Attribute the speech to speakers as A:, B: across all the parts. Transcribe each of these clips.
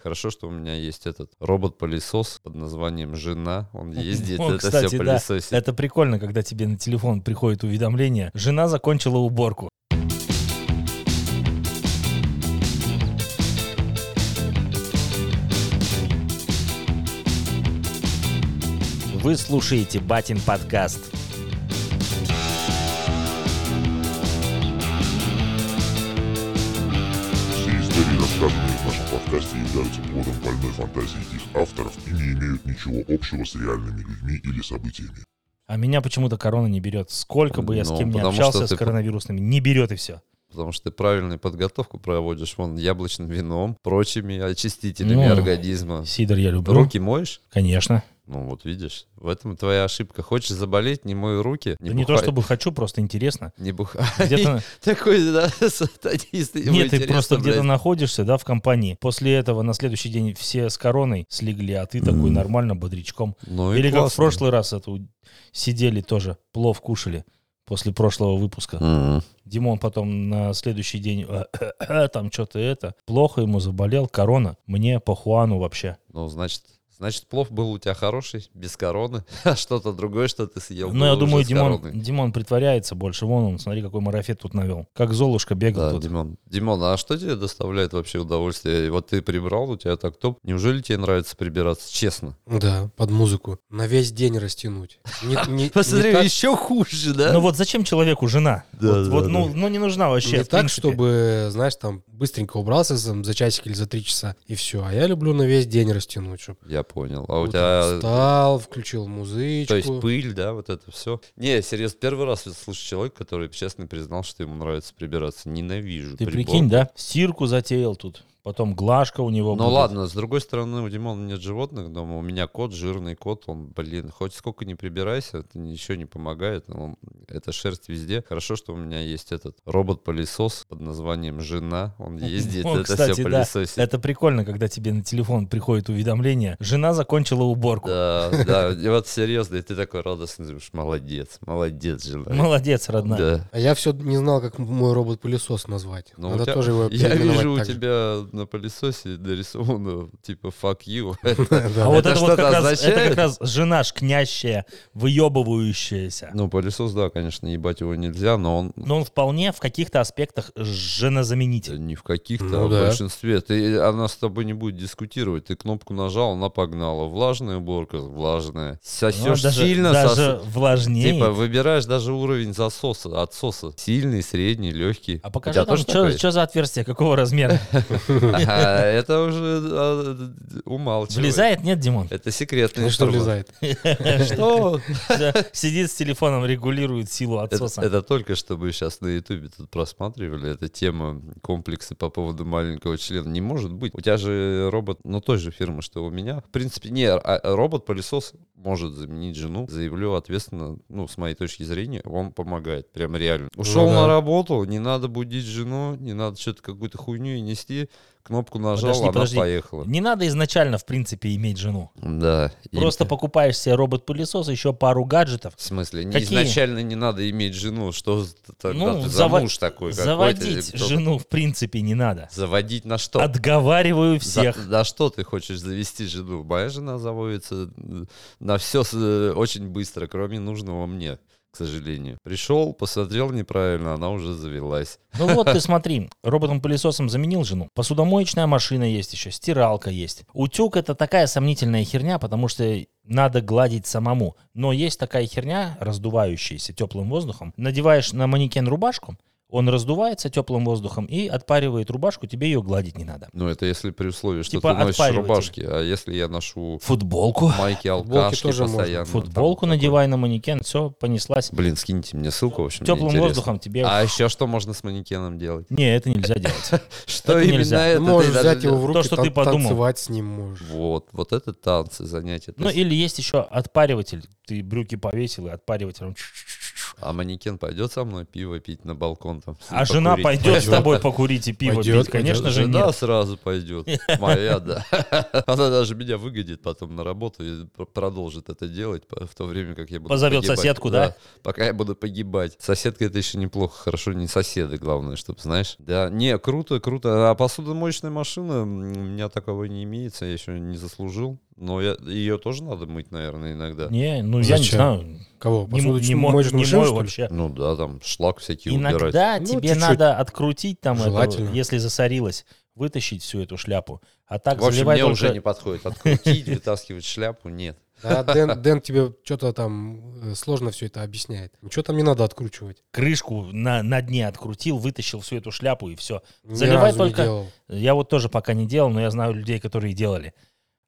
A: Хорошо, что у меня есть этот робот-пылесос под названием «Жена». Он ездит,
B: О,
A: это
B: кстати,
A: все
B: да.
A: пылесосит.
B: Это прикольно, когда тебе на телефон приходит уведомление. Жена закончила уборку.
C: Вы слушаете Батин подкаст.
D: Все истории, рассказанные в нашем подкасте, являются плодом больной фантазии их авторов и не имеют ничего общего с реальными людьми или событиями.
B: А меня почему-то корона не берет. Сколько бы я с
A: Ну,
B: кем ни
A: потому
B: общался
A: что
B: с
A: ты-
B: коронавирусными, не берет и все.
A: Потому что ты правильную подготовку проводишь вон яблочным вином, прочими очистителями
B: Ну,
A: организма.
B: Сидор я люблю.
A: Руки моешь?
B: Конечно.
A: Ну вот видишь, в этом твоя ошибка. Хочешь заболеть, не мой руки.
B: да не то
A: бухай-
B: чтобы хочу, просто интересно.
A: Не бухай.
B: Где-то...
A: Такой, да, сатанист. Ему
B: Нет, ты
A: интересно,
B: просто где-то
A: блядь.
B: находишься, да, в компании. После этого на следующий день все с короной слегли, а ты такой
A: М.
B: нормально бодрячком.
A: Ну и
B: Или как в
A: классно.
B: прошлый раз это у- сидели тоже, плов кушали после прошлого выпуска.
A: М.
B: Димон потом на следующий день э, там что-то это. Плохо ему заболел, корона. Мне по Хуану вообще.
A: Ну, значит, значит, плов был у тебя хороший, без короны, а что-то другое, что ты съел.
B: Но Ну, я
A: было уже
B: думаю,
A: с
B: Димон,
A: короной.
B: Димон притворяется больше. Вон он, смотри, какой марафет тут навел. Как Золушка бегал
A: Да,
B: тут.
A: Димон. Димон, а что тебе доставляет вообще удовольствие? Вот ты прибрал, у тебя так топ. Неужели тебе нравится прибираться? Честно.
E: Да, под музыку. На весь день растянуть. Не- не- не так-
A: еще хуже, да?
B: Ну вот зачем человеку жена?
A: Да,
B: вот,
A: да,
B: вот,
A: да.
B: ну, ну не нужна вообще.
E: Не
B: в
E: так,
B: принципе.
E: чтобы, знаешь, там быстренько убрался там, за часик или за три часа, и все. А я люблю на весь день растянуть, чтобы
A: Я понял. А у тебя...
E: встал, включил
A: То есть
E: музычку.
A: пыль, да, вот это все. Не, серьезно, первый раз я слышу человека, который честно признал, что ему нравится прибираться. Ненавижу.
B: Ты
A: прибор.
B: прикинь, да? Стирку затеял тут. Потом глажка у него.
A: Ну
B: будет.
A: ладно, с другой стороны, у Димона нет животных дома, у меня кот, жирный кот, он, блин, хоть сколько не прибирайся, это ничего не помогает, он- это шерсть везде. Хорошо, что у меня есть этот робот-пылесос под названием «Жена», он ездит,
B: О,
A: это
B: кстати,
A: все
B: да.
A: пылесосит.
B: Это прикольно, когда тебе на телефон приходит уведомление. Жена закончила уборку.
A: Да, да, и вот серьезно, и ты такой радостный, думаешь, молодец, молодец, жена.
B: Молодец, родная.
A: Да.
E: А я все не знал, как мой робот-пылесос назвать.
A: Ну, у
E: Надо
A: тебя-
E: тоже его
A: Я
E: переименовать
A: вижу у
E: так же.
A: тебя на пылесосе нарисовано, типа, fuck you.
E: Да.
B: А вот
A: Это
B: это, вот
A: что-то
B: как раз, это
A: означает?
B: как раз жена шкнящая, выебывающаяся.
A: Ну, пылесос, да, конечно, ебать его нельзя, но он
B: Но он вполне в каких-то аспектах
A: Да
B: женозаменитель.
A: не в каких-то,
E: Ну
A: а в
E: да.
A: большинстве. Ты, она с тобой не будет дискутировать. Ты кнопку нажал, она погнала. Влажная уборка, влажная.
B: Ну,
A: Сосешь
B: даже,
A: сильно,
B: даже
A: сос-
B: влажнее.
A: Типа выбираешь даже уровень засоса, отсоса. Сильный, средний, легкий.
B: а покажи там,
A: что
B: что, за отверстие, какого размера.
A: Это уже а, д- умалчивает.
B: Влезает, нет, Димон?
A: Это секретный
E: Ну, что влезает?
A: Что?
B: Сидит с телефоном, регулирует силу
A: Это,
B: отсоса.
A: это только что мы сейчас на Ютубе тут просматривали. Это тема комплексы по поводу маленького члена. Не может быть. У тебя же робот, ну той же фирмы, что у меня. В принципе, не, а робот-пылесос может заменить жену. Заявлю ответственно, ну, с моей точки зрения, он помогает. Прям реально.
B: Ну
A: Ушел
E: да.
A: на работу, не надо будить жену, не надо что-то какую-то хуйню и нести. Кнопку нажал,
B: Подожди,
A: она
B: подожди.
A: поехала.
B: Не надо изначально, в принципе, иметь жену.
A: Да. и-
B: Просто покупаешь себе робот-пылесос, еще пару гаджетов.
A: В смысле? не-
B: Какие?
A: Изначально не надо иметь жену. Что за- тогда
B: Ну,
A: ты за
B: зава-
A: муж такой? какой-то, или
B: Заводить
A: кто-то?
B: жену, в принципе, не надо.
A: Заводить на что?
B: Отговариваю всех.
A: За, за что ты хочешь завести жену? Моя жена заводится э, на все очень быстро, кроме нужного мне, к сожалению. Пришел, посмотрел неправильно, она уже завелась.
B: Ну вот ты смотри, роботом-пылесосом заменил жену. Посудомоечная машина есть еще, стиралка есть. Утюг это такая сомнительная херня, потому что надо гладить самому. Но есть такая херня, раздувающаяся теплым воздухом. Надеваешь на манекен рубашку, он раздувается теплым воздухом и отпаривает рубашку, тебе ее гладить не надо.
A: Ну, это если при условии, что
B: Типа
A: ты носишь
B: отпариватель.
A: рубашки. А если я ношу
B: Футболку.
A: майки, алкашки
E: тоже можно.
A: постоянно. там
B: Футболку
A: такое.
B: надевай на манекен, все, понеслась.
A: Блин, скиньте мне ссылку, в общем, мне
B: Теплым
A: интересно.
B: воздухом тебе...
A: А еще что можно с манекеном делать?
B: Не, это нельзя делать.
A: Что
B: Это
A: именно
B: нельзя.
A: это? ты
E: Ну, Можешь
A: даже
E: взять
A: не-
E: его в
B: То,
E: руки,
B: что
E: тан-
B: ты подумал.
E: танцевать с ним можешь.
A: Вот, вот это танцы, занятия. То
B: Ну
A: есть
B: или есть еще отпариватель. Ты брюки повесил и отпаривателем. чш-чш-чш.
A: А манекен пойдет со мной пиво пить на балкон там.
B: А жена
A: покурить?
B: пойдет с
E: Пойдет.
B: тобой покурить и пиво
E: Пойдет,
B: пить? Конечно же
A: Жена
B: нет.
A: сразу пойдет. Моя, да. Она даже меня выгодит потом на работу и пр- продолжит это делать по- в то время, как я буду
B: Позовет
A: погибать.
B: соседку, да?
A: Пока я буду погибать. Соседка это еще неплохо, хорошо, не соседы, главное, чтобы, знаешь. Да, не, круто, круто. А посудомоечная машина, м, у меня такого не имеется, я еще не заслужил. Но я, ее тоже надо мыть, наверное, иногда.
B: Не, ну я не
E: Зачем? Ну,
B: знаю.
E: Кого?
B: Не, м- не,
E: Посудочную
B: мо-
E: моечную
B: не
E: машину,
B: мою
E: что ли?
B: вообще.
A: Ну да, там шлак всякий убирать.
B: Иногда
E: Ну,
B: тебе
E: чуть-чуть.
B: надо открутить там, это,
E: Желательно.
B: если засорилось, вытащить всю эту шляпу. А
A: В
B: так
A: общем,
B: заливай
A: мне
B: только...
A: уже не подходит. Открутить, вытаскивать шляпу, нет.
E: Да, Дэн, Дэн тебе что-то там э, сложно все это объясняет. Ничего там не надо откручивать.
B: крышку на, на дне открутил, вытащил всю эту шляпу и все.
E: Ни
B: Заливай
E: разу не
B: только-
E: делал.
B: Я вот тоже пока не делал, но я знаю людей, которые делали.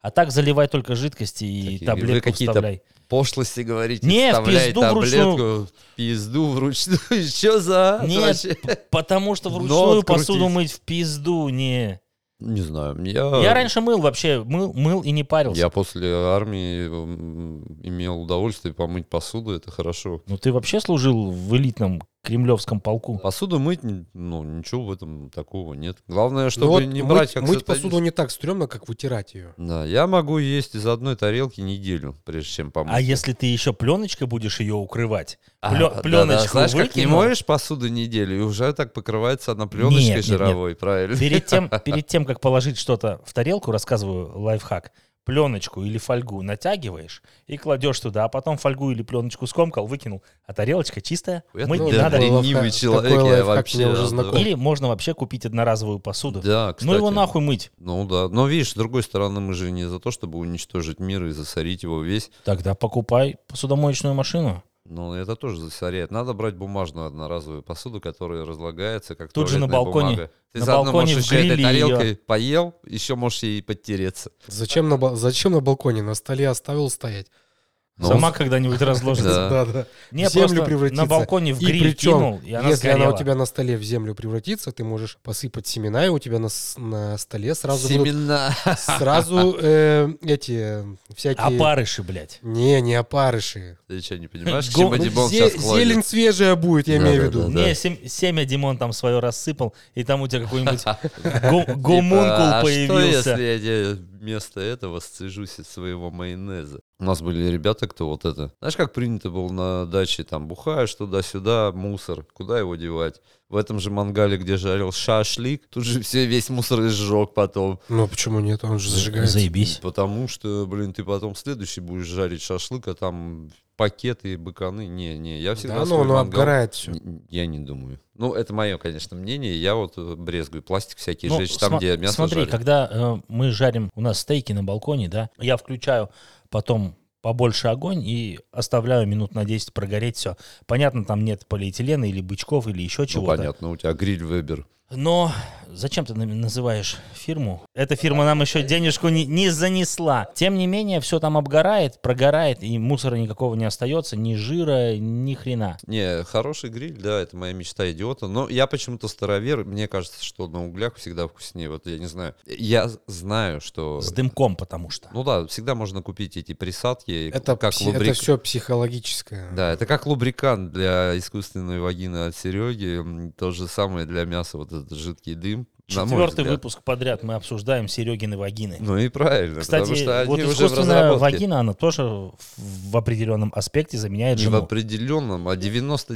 B: А так заливай только жидкости и
A: Такие, вы
B: таблетку
A: какие-то
B: вставляй.
A: пошлости говорите,
B: Не, в
A: вставляй
B: пизду
A: таблетку,
B: вручную.
A: в пизду вручную. Что за ад
B: Нет.
A: вообще?
B: Потому что
A: Дно
B: вручную
A: открутить.
B: посуду мыть в пизду не.
A: Не знаю,
B: Я
A: я...
B: раньше мыл вообще, мыл, мыл и не парился.
A: Э. Я после армии м, имел удовольствие помыть посуду, это хорошо.
B: Ну ты вообще служил в элитном кремлевском полку.
A: Посуду мыть, н- ну, ничего в этом такого нет. Главное,
E: Ну
A: чтобы
E: вот
A: не
E: мыть-
A: брать как
E: мыть
A: сатанист.
E: посуду не так стрёмно, как вытирать ее.
A: Да, я могу есть из одной тарелки неделю, прежде чем помыть.
B: А если ты еще пленочкой будешь ее укрывать?
A: А,
B: плё-
A: да-да,
B: пленочку
A: Знаешь, как не
B: выкинул?
A: моешь посуду неделю, и уже так покрывается она пленочкой
B: Нет, нет, нет.
A: жировой, правильно?
B: Перед тем, перед тем, как положить что-то в тарелку, рассказываю лайфхак, пленочку или фольгу натягиваешь и кладешь туда, а потом фольгу или пленочку скомкал, выкинул, а тарелочка чистая,
A: Это
B: мыть не
A: да,
B: надо.
E: такой
A: ленивый
E: лайфхак-
A: человек,
E: такой
A: я
E: лайфхак
A: вообще,
E: мне уже
A: да.
E: знаком.
B: Или можно вообще купить одноразовую посуду.
A: Да,
B: ну его
A: кстати.
B: нахуй мыть.
A: Ну да. Но видишь, с другой стороны, мы же не за то, чтобы уничтожить мир и засорить его весь.
B: Тогда покупай посудомоечную машину.
A: Но это тоже засоряет. Надо брать бумажную одноразовую посуду, которая разлагается, как
B: Тут же на
A: туалетная
B: балконе-
A: бумага. Ты
B: на
A: заодно
B: балконе
A: можешь
B: в
A: еще этой
B: гриле её.
A: тарелкой поел, еще можешь ей подтереться.
E: Зачем на, ба- зачем на балконе? На столе оставил стоять.
A: Ну,
B: Сама когда-нибудь разложится.
A: Да.
E: да.
B: Не,
E: В землю
B: просто
E: превратится.
B: на балконе в
E: И
B: гриль
E: причем,
B: кинул, и она
E: Если она
B: сгорела.
E: у тебя на столе в землю превратится, ты можешь посыпать семена, и у тебя на, с- на столе сразу будут
A: Семена.
E: сразу э, эти э, всякие...
B: Опарыши, А блядь.
E: Не, не опарыши.
A: Ты что, не понимаешь, к
B: Го-
A: чему
E: Ну,
A: Димон
E: зе-
A: сейчас клонит?
E: зелень свежая будет, я
A: Да,
E: имею в
A: да,
E: виду.
A: да.
B: Не, сем- семя Димон там свое рассыпал, и там у тебя какой-нибудь гу- гомункул
A: Типа, А что,
B: появился.
A: если я вместо этого сцежусь из своего майонеза? У нас были ребята, кто вот это... Знаешь, как принято было на даче, там, бухаешь туда-сюда, мусор, куда его девать? В этом же мангале, где жарил шашлик, тут же все весь мусор изжег потом.
E: Ну почему нет, он же зажигается.
B: Заебись.
A: Потому что, блин, ты потом следующий будешь жарить шашлык, а там пакеты, быканы. Не-не, я всегда
E: Да, ну
A: свой
E: оно
A: мангал-
E: обгорает все.
A: Н- Я не думаю. Ну, это мое, конечно, мнение. Я вот э, брезгую пластик всякий
B: Ну,
A: жечь там,
B: сма-
A: где мясо
B: Смотри,
A: жарят.
B: когда э, мы жарим, у нас стейки на балконе, да, я включаю потом побольше огонь и оставляю минут на 10 прогореть все. Понятно, там нет полиэтилена или бычков или еще
A: Ну,
B: чего-то.
A: понятно, у тебя гриль выбер.
B: Но зачем ты нами- называешь фирму? Эта фирма нам еще денежку не, не занесла. Тем не менее, все там обгорает, прогорает, и мусора никакого не остается, ни жира, ни хрена.
A: Не, хороший гриль, да, это моя мечта идиота. Но я почему-то старовер, мне кажется, что на углях всегда вкуснее. Вот я не знаю. Я з- знаю, что...
B: С дымком, потому что.
A: Ну да, всегда можно купить эти присадки.
E: Это,
A: как
E: пси- это
A: лубрик-
E: все психологическое.
A: Да, это как лубрикант для искусственной вагины от Сереги. М, То же самое для мяса, вот этот жидкий дым. на мой
B: Четвертый
A: взгляд.
B: выпуск подряд мы обсуждаем Серегины вагины.
A: Ну и правильно, потому
B: Кстати,
A: что они
B: вот
A: уже в
B: искусственная
A: разработке.
B: вагина, она тоже в в определенном аспекте заменяет
A: Не в
B: жену.
A: определенном, а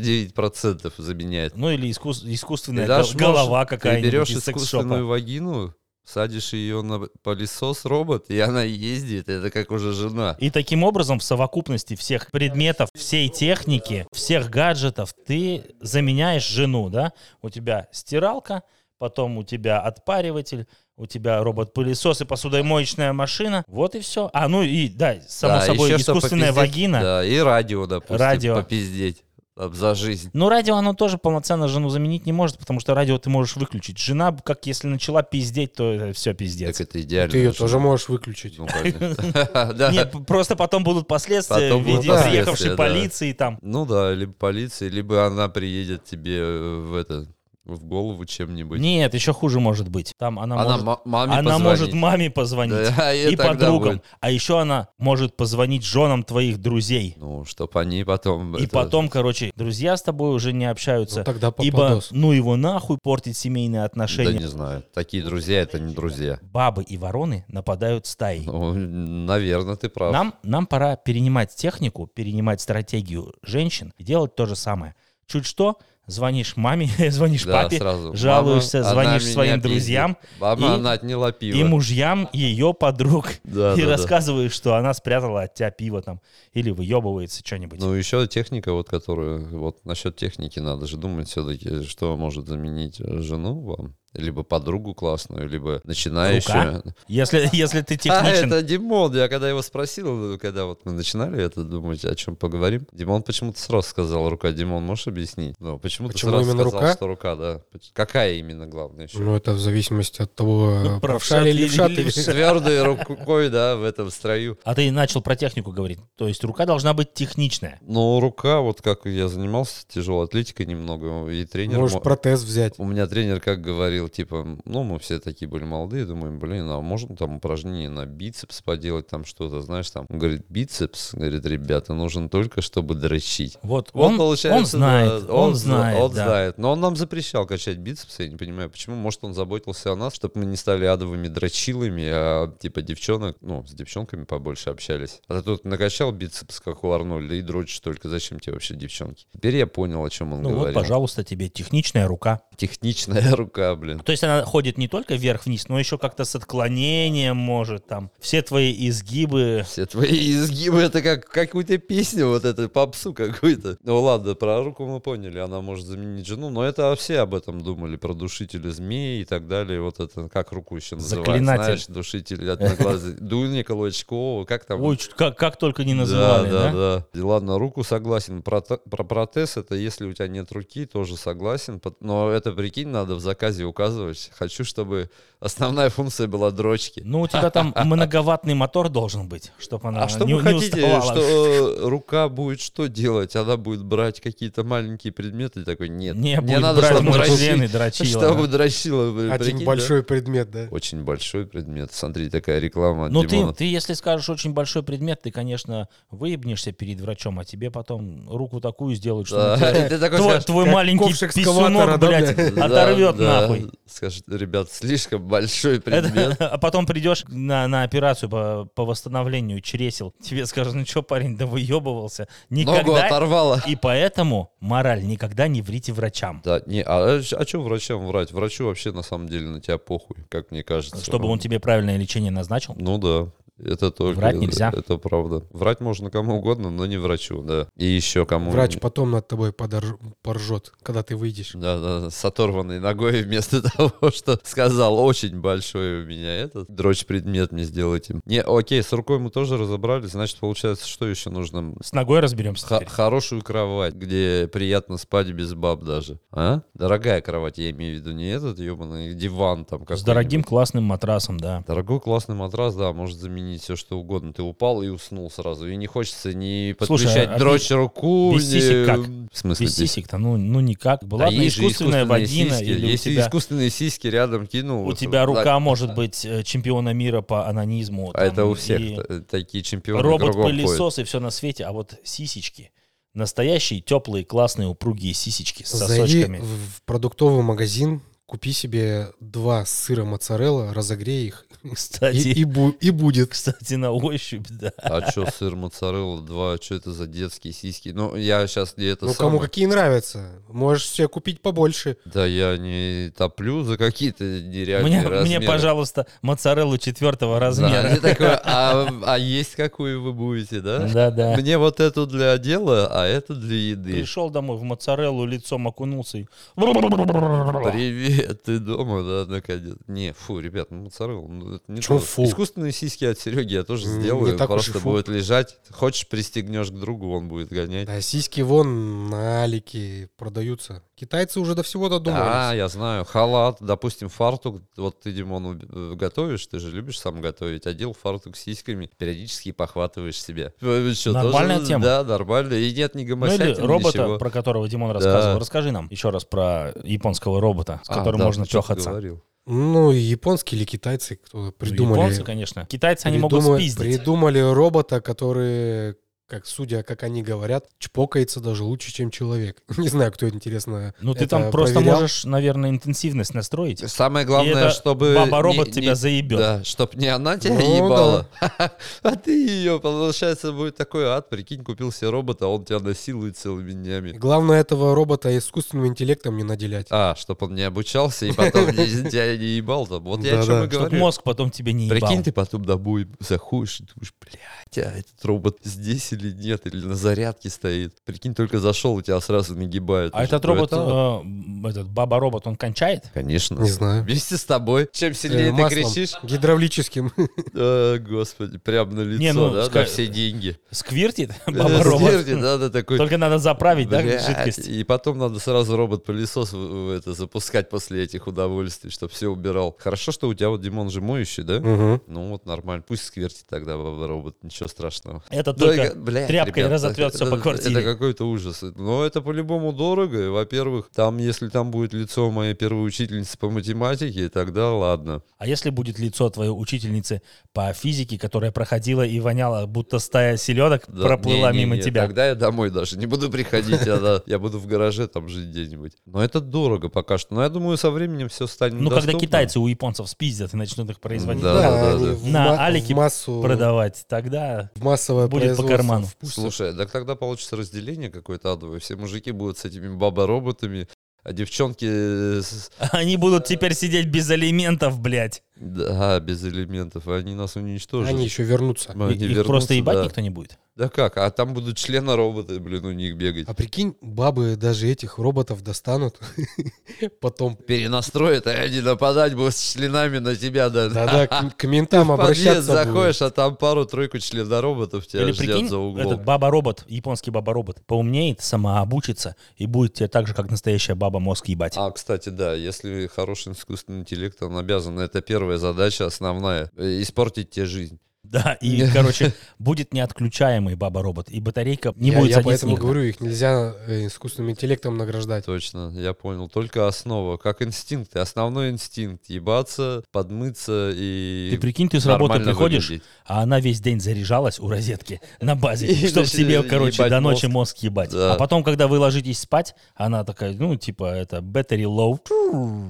A: 99% заменяет.
B: Ну или искус- искусственная
A: Ты даже
B: гол- голова
A: можешь- Ты берешь
B: какая-нибудь из
A: искусственную
B: секс-шопа.
A: вагину, садишь ее на пылесос робот, и она ездит. Это как уже жена.
B: И таким образом в совокупности всех предметов, всей техники, всех гаджетов ты заменяешь жену, да? У тебя стиралка, потом у тебя отпариватель, у тебя робот-пылесос и посудомоечная машина. Вот и все. А, ну и, да, само
A: Да,
B: собой,
A: еще что
B: искусственная
A: попиздеть,
B: вагина.
A: Да, и радио, допустим,
B: Радио.
A: попиздеть там, за жизнь.
B: Ну, радио оно тоже полноценно жену заменить не может, потому что радио ты можешь выключить. Жена, как если начала пиздеть, то это все пиздец.
A: Так это идеально.
E: Ты ее тоже можешь выключить.
A: Ну, конечно. Да.
B: Нет, п- просто потом будут последствия
A: Потом
B: в виде
A: будут последствия,
B: приехавшей
A: да.
B: полиции там.
A: Ну да, либо полиция, либо она приедет тебе э, в это в голову чем-нибудь.
B: Нет, еще хуже может быть. Там она,
A: она
B: может,
A: ма- маме
B: она может
A: позвонить.
B: маме позвонить.
A: Да,
B: И
A: тогда
B: подругам.
A: будет.
B: А еще она может позвонить женам твоих друзей.
A: Ну, чтоб они потом...
B: И
A: это-
B: потом, короче, друзья с тобой уже не
E: Ну,
B: общаются.
E: тогда
B: Ибо
E: попадос.
B: ну его нахуй портить семейные
A: Да
B: отношения.
A: не знаю. Такие друзья — это не друзья.
B: Бабы и вороны нападают стаей.
A: Ну, наверное, ты прав.
B: Нам, нам пора перенимать технику, перенимать стратегию женщин и делать то же самое. Чуть что, звонишь маме, звонишь
A: Да,
B: папе,
A: сразу.
B: жалуешься,
A: Мама, она
B: звонишь
A: меня
B: своим
A: пиздит.
B: друзьям
A: Мама,
B: и-
A: она отняла пиво.
B: и мужьям ее подруг.
A: Да,
B: и
A: да, да.
B: рассказываешь, что она спрятала от тебя пиво там или выебывается что-нибудь.
A: Ну, еще техника, вот которую, вот насчет техники надо же думать все-таки, что может заменить э, жену вам, либо подругу классную, либо начинающую.
B: Если, если ты
A: А,
B: техничен.
A: это Димон, я когда его спросил, когда вот мы начинали это думать, о чем поговорим, Димон почему-то сразу сказал рука. Димон, можешь объяснить? Ну, почему,
E: Почему
A: ты сразу
E: именно
A: сказал,
E: рука?
A: что рука, да? Поч- Какая именно главная еще?
E: Ну, это в зависимости от того,
B: Ну,
E: э, правша или левша ты.
A: Твердой рукой, да, в этом строю.
B: А ты начал про технику говорить. То есть рука должна быть техничная.
A: Ну, рука, вот как я занимался тяжелой атлетикой немного, и тренер...
E: Можешь
A: мо-
E: протез взять.
A: У меня тренер как говорил, типа, ну, мы все такие были молодые, думаем, блин, а можно там упражнение на бицепс поделать, там что-то, знаешь, там, Он говорит, бицепс, говорит, ребята, нужен только, чтобы дрочить.
B: Вот он, он знает,
A: да,
B: он,
A: зна-
B: знает,
A: он
B: да.
A: знает. Но он нам запрещал качать бицепсы, я не понимаю, почему. Может, он заботился о нас, чтобы мы не стали адовыми дрочилами, а типа девчонок, ну, с девчонками побольше общались. А ты тут накачал бицепс, как у Арнольда, и дрочишь только. Зачем тебе вообще девчонки? Теперь я понял, о чем он
B: Ну вот,
A: говорил.
B: пожалуйста, тебе техничная рука.
A: Техничная рука, блин.
B: То есть она ходит не только вверх-вниз, но еще как-то с отклонением может там. Все твои изгибы.
A: Все твои изгибы, это как какую-то песню, вот эту попсу какую-то. Ну ладно, про руку мы поняли, она может заменить жену, но это все об этом думали, про душители змей и так далее, вот это, как руку еще называют,
B: Заклинатель.
A: знаешь, душитель одноглазый, Дуника Лучкова, как там?
B: Ой, чё- как, как только не называли,
A: да,
B: да?
A: да, да. Ладно, руку согласен. Про, т- про протез это если у тебя нет руки, тоже согласен. Пот- Но это, прикинь, надо в заказе указывать. Хочу, чтобы основная функция была дрочки.
B: Ну, у тебя там многоватный мотор должен быть, чтобы она
A: А что
B: не,
A: вы
B: не
A: хотите,
B: уставала.
A: что э, рука будет что делать? Она будет брать какие-то маленькие предметы? и Такой, нет, мне
B: Не, будет
A: надо,
B: брать
A: чтобы
B: мой
A: дрочи-
B: член и дрочила,
A: Чтобы
B: да.
A: дрочила, вы
E: Один
A: прикинь, да?
E: большой предмет, да.
A: Очень большой предмет. Смотри, такая реклама от
B: Ну, ты,
A: Димона.
B: ты, если скажешь очень большой предмет, ты, конечно, выебнешься перед врачом, а тебе потом руку такую сделают, что
A: Да,
B: на тебя
A: и ты такой
B: твой,
A: скажешь,
B: твой
E: как
B: маленький
E: ковш экскаватора,
B: писюнок,
E: да,
B: блядь,
E: блядь?
A: Да,
B: оторвет
A: да.
B: нахуй.
A: Скажет, ребят, слишком большой
B: Это-
A: предмет.
B: а потом придешь на, на операцию по, по восстановлению чресел. Тебе скажут, ну что, парень, да выебывался.
A: Ногу
B: Никогда.
A: оторвало.
B: И поэтому мораль, никогда не врите врачам.
A: Да, не, а, а что врачам врать? Врачу вообще на самом деле на тебя похуй, как мне кажется.
B: Чтобы он тебе правильное лечение назначил.
A: Ну да. Это только...
B: Врать нельзя.
A: Это правда. Врать можно кому угодно, но не врачу, да. И еще кому...
E: Врач потом над тобой подорж- поржет, когда ты выйдешь.
A: Да, да, да, с оторванной ногой вместо того, что сказал, очень большой у меня этот дрочь предмет мне сделайте. Не, окей, с рукой мы тоже разобрались, значит, получается, что еще нужно?
B: С ногой разберемся.
A: Х-
B: теперь.
A: хорошую кровать, где приятно спать без баб даже. А? Дорогая кровать, я имею в виду не этот ебаный диван там
B: С дорогим
A: какой-нибудь.
B: классным матрасом, да.
A: Дорогой классный матрас, да, может заменить все что угодно. Ты упал и уснул сразу. И не хочется не
B: Слушай,
A: подключать
B: а
A: дрочь руку.
B: без
A: ни-
B: сисек как?
A: В смысле
B: Без
A: без
B: сисек-то, ну, ну никак.
A: а
B: Была бы
A: есть же искусственные
B: искусственная вагина,
A: сиськи.
B: или у
A: Если
B: тебя,
A: искусственные сиськи рядом кинул...
B: у
A: вот
B: тебя
A: так.
B: рука может быть э, чемпиона мира по анонизму.
A: А это
B: там,
A: у всех
B: и
A: т- такие чемпионы кругом ходят.
B: Робот-пылесос и все на свете, а вот сисечки. Настоящие, теплые, классные, упругие сисечки с
E: Зайди
B: сосочками.
E: в продуктовый магазин, купи себе два сыра моцарелла, разогрей их,
B: Кстати,
E: и, и бу- и будет.
B: кстати, на ощупь, да.
A: А что сыр моцарелла 2, что это за детские сиськи? Ну, я сейчас не это
E: Ну,
A: самое.
E: кому какие нравятся. Можешь себе купить побольше.
A: Да я не топлю за какие-то нереальные
B: Мне,
A: размеры.
B: мне, пожалуйста, моцареллу четвертого
A: Да,
B: размера.
A: я такой, а, а есть какую вы будете, да?
B: Да, да.
A: Мне вот эту для дела, а эту для еды.
B: Пришел домой в моцареллу, лицом окунулся и...
A: Привет. Привет, ты дома, да, наконец. Не, фу, ребят, ну моцарелла, ну это не
E: Чё
A: то.
E: фу?
A: Искусственные сиськи от Сереги я тоже
E: М, не
A: сделаю.
E: так уж и
A: просто
E: фу.
A: будет лежать. Хочешь, пристегнешь к другу, он будет гонять.
E: Да, сиськи вон на Алике продаются. Китайцы уже до всего
A: Да,
E: додумались.
A: я знаю. Халат, допустим, фартук. Вот ты, Димон, уб- э, готовишь, ты же любишь сам готовить. Одел фартук с сиськами, периодически похватываешь себе. Э, чё, тоже-
B: Нормальная тема.
A: Да, нормально. И нет, не
B: Ну или
A: гомосятин,
B: робота,
A: ничего.
B: про которого Димон рассказывал.
A: Да.
B: Расскажи нам еще раз про японского робота, с
A: А,
B: которым
A: да,
B: можно
A: ты что-то
B: чохаться.
A: говорил.
E: Ну, и японские или китайцы кто-то
B: Ну,
E: придумали.
B: Японцы, конечно. Китайцы они могут
E: придумали-
B: спиздить.
E: Придумали робота, который, как судя, как они говорят, чпокается даже лучше, чем человек. Не знаю, кто интересно.
B: Ну ты
E: это
B: там просто
E: проверял.
B: можешь, наверное, интенсивность настроить.
A: Самое
B: И
A: главное,
B: это
A: чтобы...
B: Баба-робот
A: не-
B: тебя
A: не-
B: заебет.
A: Да, чтоб не она тебя
E: Ну
A: ебала, а ты ее, получается, будет такой ад. Прикинь, купил себе робота, а он тебя насилует целыми днями.
E: Главное этого робота искусственным интеллектом не наделять.
A: А, чтоб он не обучался и потом не- тебя не ебал. там. Вот я о
E: Да-да.
A: чем и
B: Чтоб
A: говорю.
B: мозг потом тебе не ебал.
A: Прикинь, ты потом домой заходишь и думаешь, блядь, а этот робот здесь или нет, или на зарядке стоит. Прикинь, только зашел, у тебя сразу нагибают.
B: А
A: Ты
B: этот
A: что,
B: робот,
A: это?
B: э, этот баба-робот, он кончает?
A: Конечно.
E: Не знаю.
A: Вместе с тобой. Чем
E: Э,
A: сильнее ты
E: маслом
A: кричишь,
E: Гидравлическим.
A: а, господи, прям на лицо,
B: Не, ну,
A: да, на
B: ска-
A: все деньги.
B: Сквиртит баба-робот?
A: Сдержи, да, да, Э, такой.
B: Только надо заправить, да,
A: «Блядь».
B: жидкость?
A: И потом надо сразу робот-пылесос в- в это запускать после этих удовольствий, чтобы все убирал. Хорошо, что у тебя вот Димон же моющий, да?
E: Мгм.
A: Ну вот нормально, пусть сквертит тогда баба робот, ничего страшного.
B: Это
A: Да,
B: А только
A: я- блядь,
B: тряпкой
A: ребят,
B: разотрёт
A: это-
B: всё по квартире.
A: Это какой-то ужас. Но это по-любому дорого. И, Во-первых, там, если там будет лицо моей первой учительницы по математике, тогда ладно.
B: А если будет лицо твоей учительницы по физике, которая проходила и воняла, будто стая селедок
A: Да,
B: проплыла
A: не-не-не,
B: мимо тебя?
A: Тогда я домой даже не буду приходить, она- я буду в гараже там жить где-нибудь. Но это дорого пока что. Но я думаю, со временем все станет
B: Ну, когда
A: доступно.
B: китайцы у японцев спиздят и начнут их производить,
A: Да, да,
E: они
A: да.
E: в
B: На
E: ма- в
B: Алике
E: массу,
B: продавать, тогда...
E: в массовое
B: будет по
E: производство
B: карману.
E: впустят.
A: Слушай, так тогда получится разделение какое-то адовое. Все мужики будут с этими баба-роботами, а девчонки э, с-
B: Они будут теперь сидеть без алиментов, блядь.
A: Да, без элементов. Они нас уничтожат.
E: Они еще вернутся.
A: Мы
B: И-
A: не
B: их
A: вернутся,
B: просто ебать
A: да.
B: никто не будет.
A: Да как? А там будут члены роботы, блин, у них бегать.
E: А прикинь, бабы даже этих роботов достанут потом.
A: Перенастроят, а они нападать будут с членами на тебя, да.
E: Да-да, к, к ментам
A: В подъезд
E: обращаться будут.
A: заходишь, а там пару-тройку членороботов тебя
B: Или
A: ждят
B: прикинь,
A: за углом.
B: этот баба-робот, японский баба-робот, поумнеет, самообучится и будет тебе так же, как настоящая баба, мозг ебать.
A: А, кстати, да, если хороший искусственный интеллект, он обязан. Это первая задача, основная. э, Испортить тебе жизнь.
B: Да, и, короче, будет неотключаемый баба-робот, и батарейка не
E: я,
B: будет
E: я
B: садиться
E: поэтому
B: никогда.
E: говорю, их нельзя э, искусственным интеллектом награждать.
A: Точно, я понял. Только основа, как инстинкты. Основной инстинкт. Ебаться, подмыться и...
B: Ты прикинь, ты с работы
A: нормально
B: приходишь,
A: выглядеть.
B: а она весь день заряжалась у розетки на базе,
A: И
B: чтобы
A: начали
B: себе, короче,
A: ебать
B: до ночи
A: мозг.
B: мозг ебать.
A: Да.
B: А потом, когда вы ложитесь спать, она такая, ну, типа, это battery low.